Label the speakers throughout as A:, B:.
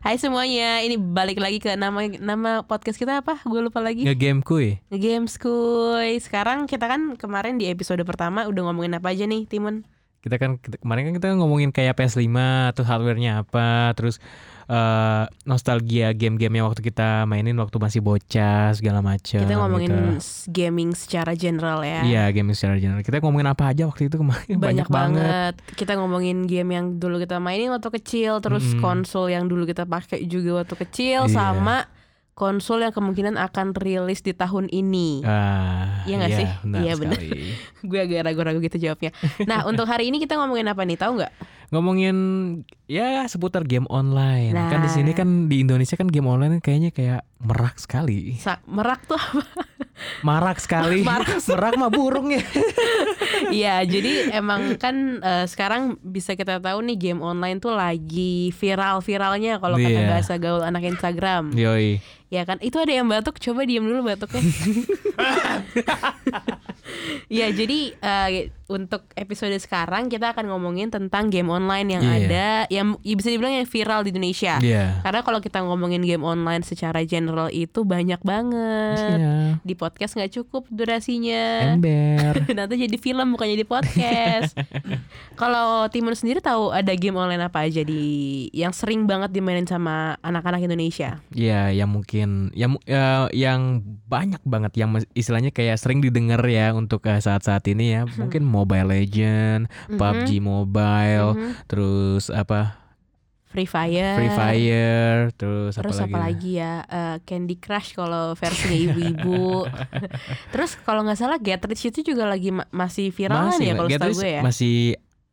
A: Hai semuanya, ini balik lagi ke nama nama podcast kita apa? Gue lupa lagi.
B: Ngegame kuy.
A: Games kuy. Sekarang kita kan kemarin di episode pertama udah ngomongin apa aja nih, Timun?
B: Kita kan kita- kemarin kan kita ngomongin kayak PS5 terus hardwarenya apa, terus eh, nostalgia game-game yang waktu kita mainin waktu masih bocah segala macam.
A: Kita ngomongin
B: gitu.
A: s- gaming secara general ya.
B: Iya, game secara general. Kita ngomongin apa aja waktu itu kemarin banyak, banget.
A: Kita ngomongin game yang dulu kita mainin waktu kecil, terus
B: Mm-mm.
A: konsol yang dulu kita pakai juga waktu kecil,
B: Hmm. Iya.
A: sama konsol yang kemungkinan akan rilis di tahun ini.
B: Ah,
A: Iya nggak sih?
B: Benar
A: Iya, benar.
B: sekali.
A: Gue agak ragu-ragu gitu jawabnya. Nah, untuk hari ini kita ngomongin apa nih? Tahu nggak?
B: ngomongin ya seputar game online. Kan
A: Nah.
B: di sini kan di Indonesia kan game online kayaknya kayak merak sekali.
A: Sa- merak tuh apa?
B: Marak sekali.
A: Marak.
B: merak mah burung ya.
A: Iya, jadi emang kan eh, sekarang bisa kita tahu nih game online tuh lagi viral-viralnya kalau kata
B: Iya.
A: bahasa gaul anak Instagram.
B: Yoi.
A: Ya kan? Itu ada yang batuk, coba diam dulu batuknya. ya, jadi eh, untuk episode sekarang kita akan ngomongin tentang game online yang
B: Iya.
A: ada yang ya bisa dibilang yang viral di Indonesia.
B: Iya.
A: Karena kalau kita ngomongin game online secara general itu banyak banget.
B: Iya.
A: Di podcast nggak cukup durasinya.
B: Ember.
A: Nanti jadi film bukan jadi podcast. Kalau Timun sendiri tahu ada game online apa aja di yang sering banget dimainin sama anak-anak Indonesia?
B: Ya, yang mungkin yang mu- ya, yang banyak banget yang mes- istilahnya kayak sering didengar ya untuk eh, saat-saat ini ya.
A: Hmm.
B: Mungkin Mobile Legend, PUBG Mobile,
A: Mhm.
B: terus apa?
A: Free Fire.
B: Free Fire,
A: Eh.
B: terus,
A: Terus
B: apa, lagi?
A: ya? Eh, Candy Crush kalau versinya ibu-ibu. Terus kalau nggak salah Get Rich itu juga lagi ma- masih viral
B: Masih,
A: ya kalau
B: Get
A: setahu
B: Rich
A: gue ya. Ah.
B: Masih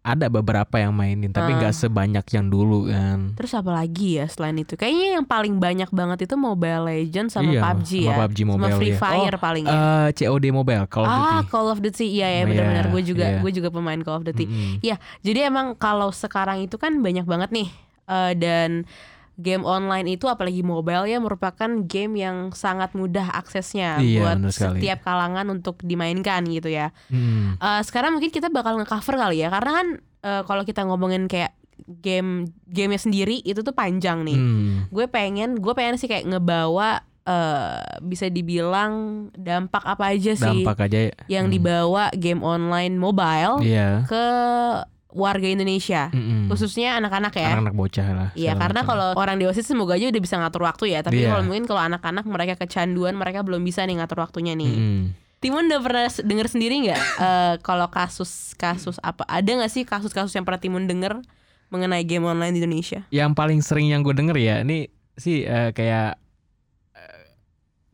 B: ada beberapa yang mainin tapi nggak sebanyak yang dulu kan.
A: Terus apa lagi ya selain itu? Kayaknya yang paling banyak banget itu Mobile Legends sama
B: Iya,
A: PUBG
B: sama
A: ya.
B: PUBG Mobile,
A: sama Free
B: iya.
A: Fire paling ya.
B: Eh, COD Mobile Call of
A: ah,
B: Duty.
A: Call of Duty. Iya ya,
B: Iya,
A: benar-benar gue juga
B: iya. Hmm.
A: gue juga pemain Call of Duty.
B: Mm-mm.
A: Iya, jadi emang kalau sekarang itu kan banyak banget nih eh, dan game online itu apalagi mobile ya merupakan game yang sangat mudah aksesnya
B: Iya,
A: buat
B: bener sekali.
A: setiap kalangan untuk dimainkan gitu ya.
B: Mm-mm.
A: Eh, sekarang mungkin kita bakal ngecover kali ya karena kan eh, kalau kita ngomongin kayak game gamenya sendiri itu tuh panjang nih.
B: Mm.
A: Gue pengen gue pengen sih kayak ngebawa eh, bisa dibilang dampak apa aja Iya sih
B: Dampak aja ya.
A: yang
B: Mm.
A: dibawa game online mobile
B: Iya.
A: ke warga Indonesia
B: Mm-mm.
A: khususnya anak-anak ya
B: anak-anak bocah lah.
A: Iya
B: segala
A: karena
B: macam.
A: kalau orang dewasa sih semoga aja udah bisa ngatur waktu ya Tapi
B: Iya.
A: kalau mungkin kalau anak-anak mereka kecanduan mereka belum bisa nih ngatur waktunya nih
B: Mm-mm.
A: Timun udah pernah s- denger sendiri nggak eh, Kalau kasus-kasus apa Ada nggak sih kasus-kasus yang pernah Timun denger Mengenai game online di Indonesia
B: yang paling sering yang gue denger ya ini sih eh, kayak eh,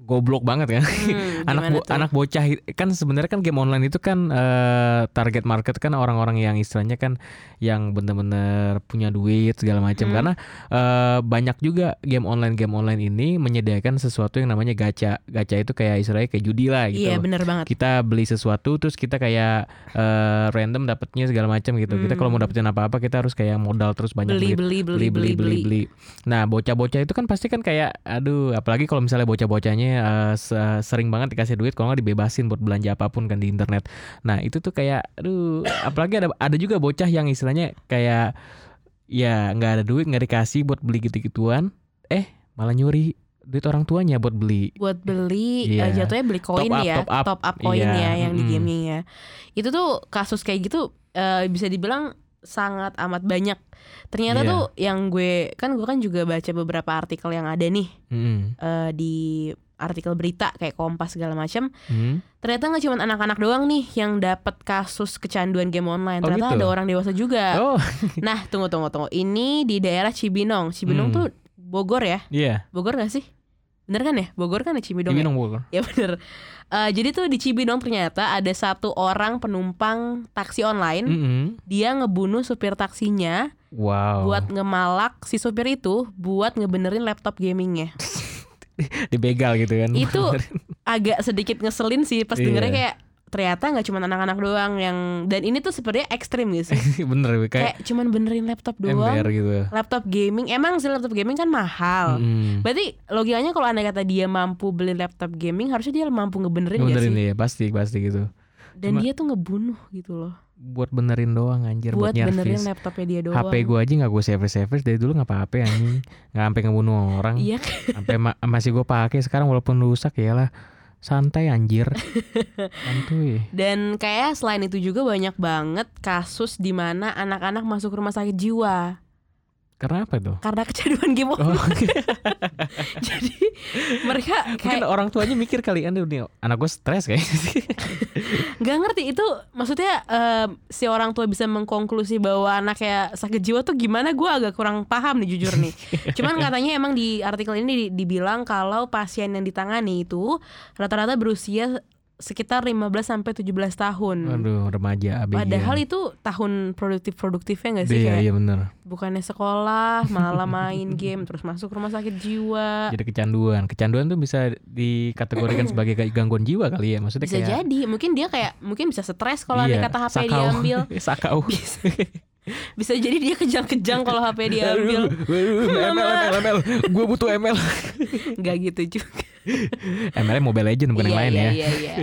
B: goblok banget kan
A: Hmm,
B: anak
A: gimana
B: bo-
A: tuh?
B: anak bocah i- kan sebenarnya kan game online itu kan eh, target market kan orang-orang yang istilahnya kan yang bener-bener punya duit segala macam
A: Hmm.
B: karena eh, banyak juga game online game online ini menyediakan sesuatu yang namanya gacha gacha itu kayak istilahnya kayak judi lah gitu
A: Iya bener banget
B: kita beli sesuatu terus kita kayak eh, random dapetnya segala macam gitu kita kalau mau dapetin apa-apa kita harus kayak modal terus banyak duit
A: Beli-beli
B: beli beli beli beli. Nah, bocah-bocah itu kan pasti kan kayak aduh, apalagi kalau misalnya bocah-bocahnya eh, se- sering banget dikasih duit kalau nggak dibebasin buat belanja apapun kan di internet. Nah, itu tuh kayak aduh, apalagi ada ada juga bocah yang istilahnya kayak ya nggak ada duit nggak dikasih buat beli gitu-gituan, eh malah nyuri duit orang tuanya buat beli.
A: buat beli eh,
B: Iya.
A: jatuhnya beli koin
B: Top up,
A: ya
B: top up.
A: koin
B: Iya,
A: ya yang di
B: mm-mm.
A: gamenya ya itu tuh kasus kayak gitu eh, bisa dibilang sangat amat banyak ternyata
B: Iya.
A: tuh yang gue kan gue kan juga baca beberapa artikel yang ada nih
B: Mm-mm.
A: eh, di artikel berita kayak kompas segala macam
B: Mm.
A: ternyata nggak cuma anak-anak doang nih yang dapat kasus kecanduan game online
B: Oh,
A: ternyata
B: gitu?
A: ada orang dewasa juga
B: Oh,
A: nah tunggu tunggu tunggu ini di daerah Cibinong Cibinong
B: Hmm.
A: tuh Bogor ya
B: iya.
A: Bogor gak sih bener kan ya Bogor kan ya Cibinong ya?
B: Ini dong, Bogor.
A: Ya bener Eh, Jadi tuh di Cibinong ternyata ada satu orang penumpang taksi online
B: Mm-mm.
A: Dia ngebunuh supir taksinya
B: Wow.
A: Buat ngemalak si supir itu Buat ngebenerin laptop gamingnya
B: dibegal gitu kan.
A: Itu agak sedikit ngeselin sih Pas
B: Iya.
A: dengernya kayak Ternyata nggak cuma anak-anak doang yang Dan ini tuh sebenarnya ekstrim gitu sih
B: bener kayak,
A: Kayak cuman benerin laptop
B: ember
A: doang
B: gitu.
A: Laptop gaming Emang sih laptop gaming kan mahal
B: Mm-mm.
A: Berarti logikanya kalau anda kata dia mampu beli laptop gaming Harusnya dia mampu ngebenerin, nggak
B: Benerin
A: sih?
B: ya pasti pasti gitu.
A: Dan
B: Cuma-
A: dia tuh ngebunuh gitu loh
B: buat benerin doang anjir
A: buat
B: buat,
A: benerin
B: nyervis.
A: laptopnya dia doang.
B: HP gua aja nggak gue save save dari dulu nggak apa-apa anjing nggak sampai ngebunuh orang
A: Iya kan?
B: sampai ma- masih gue pakai sekarang walaupun rusak ya lah santai anjir santuy
A: Dan kayak selain itu juga banyak banget kasus di mana anak-anak masuk rumah sakit jiwa
B: kenapa tuh
A: karena kecanduan game
B: Oh,
A: online. Jadi mereka
B: mungkin
A: kayak
B: Oh, kan orang tuanya mikir kali aduh nih anak gue stres kayak
A: nggak ngerti itu maksudnya eh, si orang tua bisa mengkonklusi bahwa anaknya sakit jiwa tuh gimana gue agak kurang paham nih jujur nih cuman katanya emang di artikel ini di- dibilang kalau pasien yang ditangani itu rata-rata berusia sekitar 15 sampai 17 tahun
B: aduh remaja abg
A: Hmm. padahal itu tahun produktif produktifnya nggak sih
B: iya
A: kayak
B: iya bener
A: bukannya sekolah malah main game terus masuk rumah sakit jiwa
B: jadi kecanduan kecanduan tuh bisa dikategorikan sebagai kayak gangguan jiwa kali ya maksudnya
A: bisa
B: kayak iya,
A: jadi mungkin dia kayak mungkin bisa stres kalau ada kata HP
B: sakau.
A: diambil
B: sakau
A: bisa jadi dia kejang-kejang kalau HP diambil
B: Aduh, ML ML ML gue butuh ML
A: nggak gitu juga
B: ML -nya Mobile Legend bukan yang lain ya
A: iya, iya.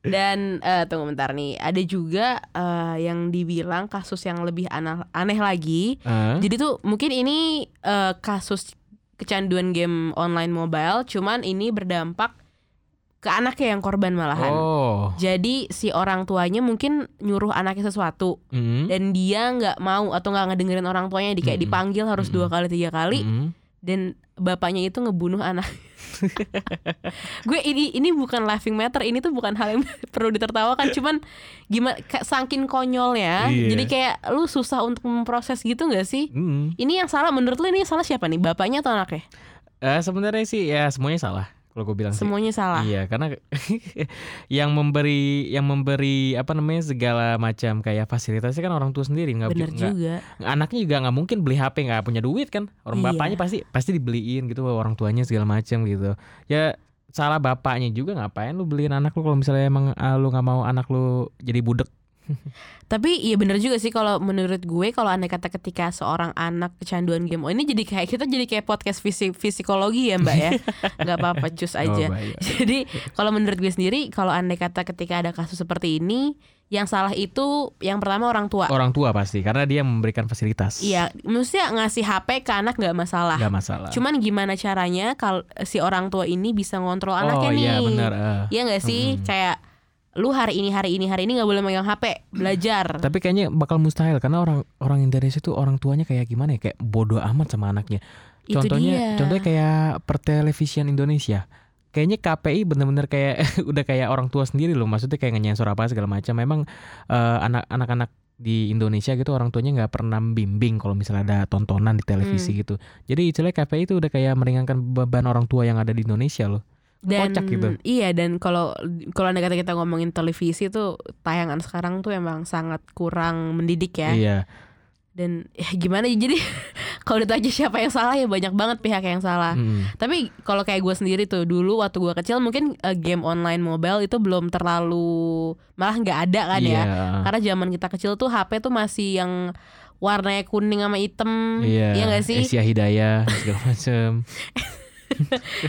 A: dan eh, tunggu bentar nih ada juga eh, yang dibilang kasus yang lebih aneh, aneh lagi
B: Hah?
A: jadi tuh mungkin ini eh, kasus kecanduan game online mobile cuman ini berdampak ke anaknya yang korban malahan
B: oh
A: jadi si orang tuanya mungkin nyuruh anaknya sesuatu
B: Mm.
A: dan dia nggak mau atau nggak ngedengerin orang tuanya di kayak
B: Mm-mm.
A: dipanggil
B: Hmm.
A: harus dua kali tiga kali
B: Mm.
A: dan bapaknya itu ngebunuh anak. gue ini ini bukan laughing matter, ini tuh bukan hal yang perlu ditertawakan, cuman gimana ka- saking konyolnya.
B: Iya.
A: Jadi kayak lu susah untuk memproses gitu nggak sih?
B: Mm.
A: Ini yang salah menurut lu ini yang salah siapa nih? Bapaknya atau anaknya?
B: Eh, sebenarnya sih ya semuanya salah kalau gue bilang sih.
A: Semuanya salah.
B: Iya, karena yang memberi yang memberi apa namanya segala macam kayak fasilitasnya kan orang tua sendiri nggak
A: Bener
B: nggak-
A: juga.
B: anaknya juga nggak mungkin beli HP nggak punya duit kan orang
A: Iya.
B: bapaknya pasti pasti dibeliin gitu orang tuanya segala macam gitu ya salah bapaknya juga ngapain lu beliin anak lu kalau misalnya emang ah, lu nggak mau anak lu jadi budek
A: Tapi iya bener juga sih kalau menurut gue kalau andai kata ketika seorang anak kecanduan game oh, ini jadi kayak kita jadi kayak podcast fisik fisikologi ya Mbak ya. nggak apa-apa cus aja.
B: Oh, bahaya.
A: Jadi kalau menurut gue sendiri kalau andai kata ketika ada kasus seperti ini yang salah itu yang pertama orang tua.
B: orang tua pasti karena dia memberikan fasilitas
A: Iya, maksudnya ngasih HP ke anak nggak masalah.
B: nggak masalah
A: Cuman gimana caranya kalau si orang tua ini bisa ngontrol anaknya
B: oh
A: nih?
B: iya benar eh.
A: Iya nggak sih?
B: Mm-mm.
A: Kayak lu hari ini hari ini hari ini nggak boleh megang HP, belajar.
B: Tapi kayaknya bakal mustahil karena orang orang Indonesia tuh orang tuanya kayak gimana ya kayak bodoh amat sama anaknya.
A: Itu dia.
B: contohnya contohnya kayak pertelevisian Indonesia. Kayaknya KPI bener-bener kayak udah kayak orang tua sendiri loh. Maksudnya kayak nyensor apa segala macam. Memang eh, anak- anak-anak di Indonesia gitu orang tuanya nggak pernah bimbing kalau misalnya ada tontonan di
A: Hmm.
B: televisi gitu. Jadi istilahnya KPI itu udah kayak meringankan beban orang tua yang ada di Indonesia loh.
A: dan
B: Kocak gitu.
A: iya dan kalau kalau anda kata kita ngomongin televisi tuh tayangan sekarang tuh emang sangat kurang mendidik ya
B: Iya.
A: dan ya gimana ya, jadi kalau ditanya siapa yang salah ya banyak banget pihak yang salah
B: Mm.
A: tapi kalau kayak gue sendiri tuh dulu waktu gue kecil mungkin eh, game online mobile itu belum terlalu malah nggak ada kan
B: Iya.
A: ya karena zaman kita kecil tuh HP tuh masih yang warnanya kuning sama hitam
B: Iya.
A: iya nggak sih
B: Asia Hidayah segala macam.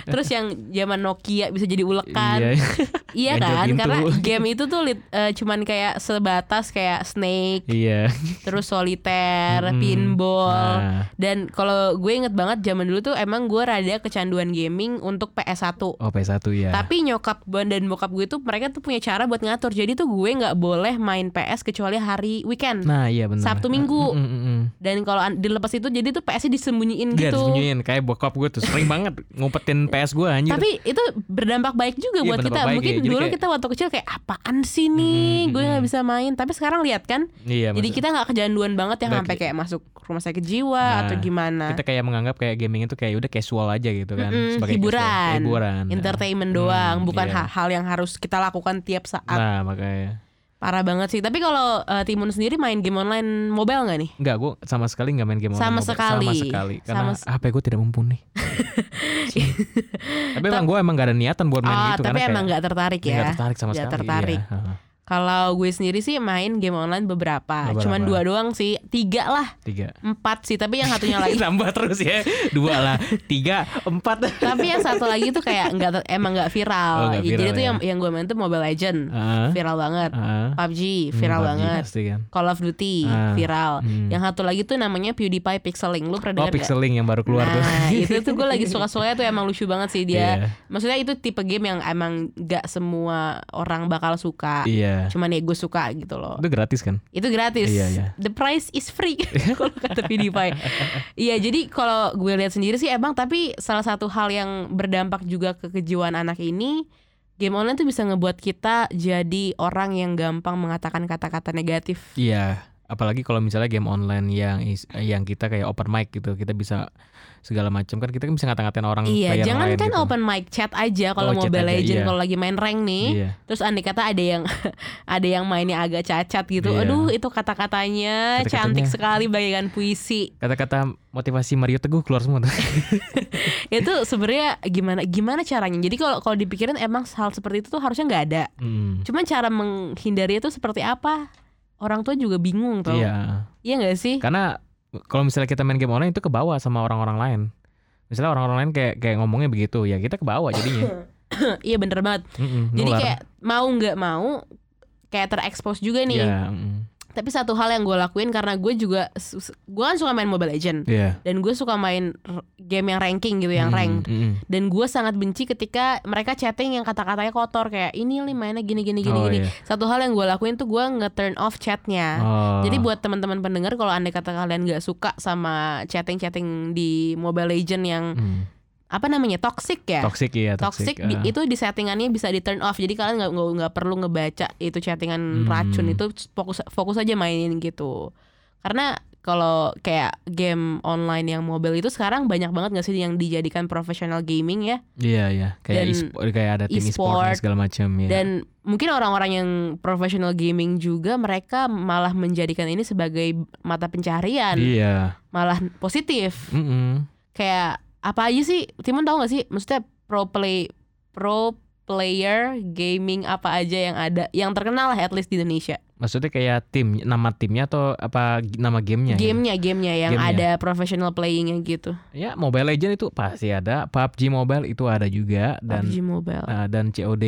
A: terus yang zaman Nokia bisa jadi ulekan
B: Iya.
A: Iya
B: Ganjel
A: kan,
B: pintu.
A: karena game itu tuh lit- eh, cuman kayak sebatas kayak Snake,
B: Iya.
A: terus soliter,
B: Mm-mm.
A: pinball.
B: Hmm, Nah,
A: Dan kalau gue inget banget zaman dulu tuh emang gue rada kecanduan gaming untuk PS1.
B: oh PS1 ya.
A: Tapi nyokap gue dan bokap gue tuh mereka tuh punya cara buat ngatur. Jadi tuh gue nggak boleh main PS kecuali hari weekend.
B: nah, iya benar.
A: Sabtu Minggu.
B: Mm, mm, mm, mm.
A: Dan kalau an- dilepas itu jadi tuh PS-nya disembunyiin gitu.
B: Dia Iya, disembunyiin kayak bokap gue tuh sering banget ngumpetin PS gue anjir.
A: Tapi itu berdampak baik juga
B: Iya,
A: buat kita.
B: berdampak baik,
A: Mungkin
B: iya. Jadi
A: dulu
B: kayak-
A: kita waktu kecil kayak apaan sih nih,
B: Mm,
A: gue
B: mm,
A: nggak
B: mm.
A: bisa main. Tapi sekarang lihat kan,
B: iya,
A: jadi
B: maksud-
A: kita nggak kejanduan banget yang
B: Nggak
A: sampai
B: ke-
A: kayak masuk rumah sakit jiwa
B: Nah,
A: atau gimana.
B: kita kayak menganggap kayak gaming itu kayak udah casual aja gitu kan
A: Mm-mm,
B: sebagai
A: hiburan.
B: casual. hiburan.
A: Entertainment
B: Hmm,
A: doang, bukan
B: iya.
A: ha- hal yang harus kita lakukan tiap saat.
B: Nah, makanya
A: Parah banget sih. Tapi kalau eh, Timun sendiri main game online mobile nggak nih?
B: Enggak, gue sama sekali nggak main game
A: Sama
B: online mobile.
A: sekali.
B: Sama sekali. Karena
A: Sama se-
B: HP gue tidak mumpuni. Tapi emang gue emang gak ada niatan buat main
A: Oh,
B: gitu.
A: tapi
B: karena
A: emang
B: gitu, kayak
A: nggak tertarik ya.
B: nggak tertarik sama
A: Nggak
B: sekali.
A: tertarik.
B: Iya. heeh.
A: Kalau gue sendiri sih main game online beberapa.
B: Beberapa.
A: Cuman dua doang sih, tiga lah,
B: tiga
A: empat sih. Tapi yang satunya lagi,
B: nambah terus ya dua lah tiga empat
A: tapi yang satu lagi tuh kayak nggak ter- emang nggak viral.
B: Oh, nggak
A: Jadi
B: viral
A: tuh
B: ya.
A: yang yang gue main tuh Mobile Legend,
B: Heeh.
A: viral banget.
B: Heeh.
A: PUBG
B: Hmm,
A: viral
B: PUBG
A: banget.
B: pasti kan
A: Call of Duty
B: Ah.
A: viral.
B: Hmm.
A: Yang satu lagi tuh namanya PewDiePie Pixeling. Lu pernah
B: oh
A: dengar nggak?
B: pixeling yang baru keluar tuh
A: nah, itu tuh gue lagi suka-sukanya tuh emang lucu banget sih dia.
B: Iya.
A: Maksudnya itu tipe game yang emang gak semua orang bakal suka.
B: iya
A: Cuman ya gue suka gitu loh.
B: itu gratis kan
A: Itu gratis.
B: Iya, iya.
A: The price is free kalau kata PewDiePie. Iya, jadi kalau gue lihat sendiri sih emang tapi salah satu hal yang berdampak juga ke kejiwaan anak ini game online tuh bisa ngebuat kita jadi orang yang gampang mengatakan kata-kata negatif.
B: Iya, apalagi kalau misalnya game online yang is- yang kita kayak open mic gitu, kita bisa segala macam kan kita kan bisa ngata-ngatain orang
A: Iya,
B: player
A: jangan
B: lain
A: kan
B: gitu.
A: open mic chat aja kalau
B: Oh, chat
A: Mobile
B: aja,
A: Legend
B: iya.
A: kalau lagi main rank nih.
B: Iya.
A: Terus andai kata ada yang ada yang mainnya agak cacat gitu.
B: Iya.
A: Aduh, itu kata-katanya
B: Kata-katanya.
A: cantik sekali bagaikan puisi.
B: Kata-kata motivasi Mario Teguh keluar semua tuh.
A: Itu sebenarnya gimana gimana caranya? Jadi kalau kalau dipikirin emang hal seperti itu tuh harusnya nggak ada.
B: Hmm,
A: Cuman cara menghindarinya tuh seperti apa? Orang tua juga bingung tuh.
B: Iya.
A: Iya nggak sih?
B: Karena kalau misalnya kita main game online itu ke bawah sama orang-orang lain. Misalnya orang-orang lain kayak kayak ngomongnya begitu, ya kita ke bawah jadinya.
A: iya bener banget.
B: Mm-mm,
A: Jadi
B: nular.
A: kayak mau nggak mau kayak terekspos juga nih.
B: Iya, mm,
A: Tapi satu hal yang gue lakuin karena gue juga sus- gue kan suka main Mobile Legend
B: Iya.
A: dan gue suka main r- game yang ranking gitu yang
B: Mm,
A: rank.
B: mm,
A: Dan gue sangat benci ketika mereka chatting yang kata-katanya kotor kayak ini nih mainnya gini gini gini
B: Oh,
A: gini.
B: iya.
A: Satu hal yang gue lakuin tuh gue nge-turn off chatnya.
B: Oh.
A: Jadi buat teman-teman pendengar kalau andai kata kalian nggak suka sama chatting-chatting di Mobile Legend yang
B: Mm,
A: apa namanya toxic ya?
B: toxic iya, toxic.
A: Toxic di-
B: Ah.
A: itu di settingannya bisa di turn off jadi kalian nggak nggak- nggak perlu ngebaca itu chattingan
B: Hmm.
A: racun itu fokus fokus aja mainin gitu karena kalau kayak game online yang mobile itu sekarang banyak banget nggak sih yang dijadikan profesional gaming ya
B: Iya, iya.
A: Dan
B: Kayak e-sport, kayak ada tim e-sport dan
A: e-sport.
B: segala macam ya.
A: dan mungkin orang-orang yang profesional gaming juga mereka malah menjadikan ini sebagai mata pencarian
B: Iya.
A: malah positif
B: Mm-mm.
A: kayak apa aja sih Timon tahu nggak sih maksudnya pro play pro player gaming apa aja yang ada yang terkenal lah at least di Indonesia
B: Maksudnya kayak tim, nama timnya atau apa g- nama gamenya? ya?
A: gamenya gamenya yang
B: Gamenya.
A: ada professional playingnya gitu
B: Ya, Mobile Legend itu pasti ada. PUBG Mobile itu ada juga dan
A: PUBG Mobile
B: eh, dan COD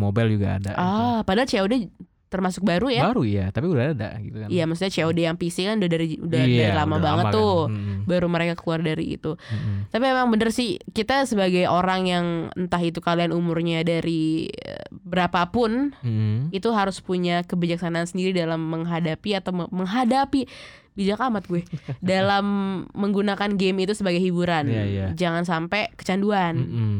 B: Mobile juga ada.
A: ah padahal COD termasuk baru ya
B: Baru ya, tapi udah ada gitu kan.
A: iya maksudnya COD yang PC kan udah dari udah dari
B: Iya,
A: lama
B: udah
A: banget
B: kan.
A: tuh
B: Mm-mm.
A: baru mereka keluar dari itu
B: Mm-mm.
A: tapi emang bener sih kita sebagai orang yang entah itu kalian umurnya dari eh, berapapun
B: Mm-mm.
A: itu harus punya kebijaksanaan sendiri dalam menghadapi atau me- menghadapi bijak amat gue dalam menggunakan game itu sebagai hiburan.
B: Iya, iya. Hmm,
A: Jangan sampai kecanduan.
B: Mm-mm.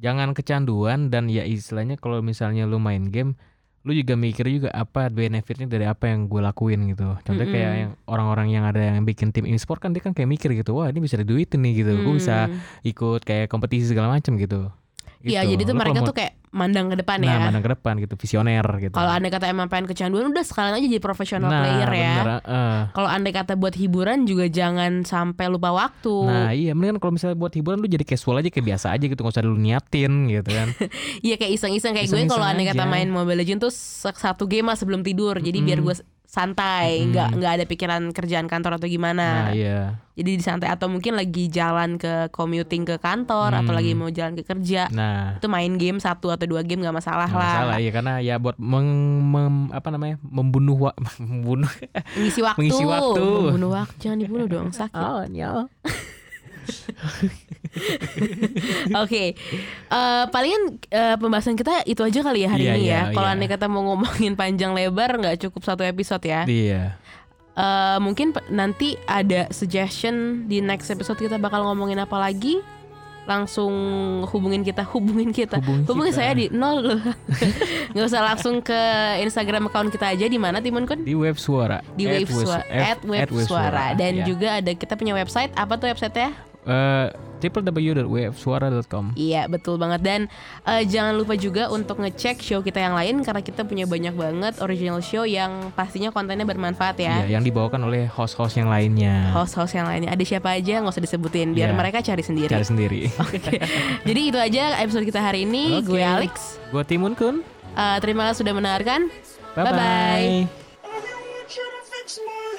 B: Jangan kecanduan dan ya istilahnya kalau misalnya lu main game, lu juga mikir juga apa benefitnya dari apa yang gue lakuin gitu. Contohnya
A: Mm-mm.
B: kayak yang orang-orang yang ada yang bikin tim e-sport kan dia kan kayak mikir gitu, wah ini bisa diduitin nih gitu. Gue bisa
A: Hmm.
B: ikut kayak kompetisi segala macam gitu.
A: Iya,
B: Gitu.
A: jadi tuh
B: Lu
A: mereka
B: kalau
A: tuh kayak mandang ke
B: mau-
A: depan
B: nah,
A: ya.
B: mandang ke depan gitu, visioner gitu.
A: Kalau andai kata emang pengen kecanduan udah sekalian aja jadi profesional
B: nah,
A: player ya.
B: bener, eh.
A: Kalau andai kata buat hiburan juga jangan sampai lupa waktu.
B: Nah iya mendingan kalau misalnya buat hiburan lu jadi casual aja kayak biasa aja gitu Gak usah lu niatin gitu kan
A: Iya kayak iseng-iseng kayak gue
B: Iseng-iseng
A: kalau andai kata
B: aja. Hmm.
A: main Mobile Legends tuh se- satu game lah sebelum tidur. Jadi biar
B: Mm-mm.
A: gue s- santai,
B: Mm-mm.
A: nggak nggak ada pikiran kerjaan kantor atau gimana.
B: Hmm. Nah iya
A: jadi disantai atau mungkin lagi jalan ke commuting ke kantor atau
B: Hmm.
A: lagi mau jalan ke kerja
B: Nah
A: itu main game satu atau dua game nggak masalah
B: nggak
A: lah
B: masalah ya karena ya buat meng, mem- apa namanya membunuh wa- membunuh
A: mengisi waktu
B: Mengisi waktu.
A: membunuh waktu jangan dibunuh dong sakit oke Eh, palingan eh, pembahasan kita itu aja kali ya hari
B: Iya,
A: ini
B: iya,
A: ya kalau
B: iya.
A: andai kata mau ngomongin panjang lebar nggak cukup satu episode ya
B: Iya
A: Eh, mungkin pe- nanti ada suggestion di next episode kita bakal ngomongin apa lagi langsung hubungin kita hubungin kita
B: Hubungin
A: hubungin
B: kita.
A: saya di nol nggak usah langsung ke Instagram account kita aja di mana Timun Kun
B: di web suara
A: di
B: At
A: Wave Suara at Wave Suara dan
B: iya.
A: juga ada kita punya website apa tuh websitenya
B: Eh, www.websuara.com
A: Iya betul banget dan eh, jangan lupa juga untuk ngecek show kita yang lain karena kita punya banyak banget original show yang pastinya kontennya bermanfaat ya.
B: Iya, yang dibawakan oleh host-host yang lainnya
A: host-host yang lainnya. Ada siapa aja nggak usah disebutin biar
B: Hmm. Iya.
A: mereka cari sendiri.
B: cari sendiri
A: Oke. Jadi itu aja episode kita hari ini. Gue
B: Oke.
A: Alex.
B: gue Timun Kun
A: Eh, terima kasih sudah mendengarkan.
C: Bye-bye.
D: Bye-bye.
B: Everyone should have fixed my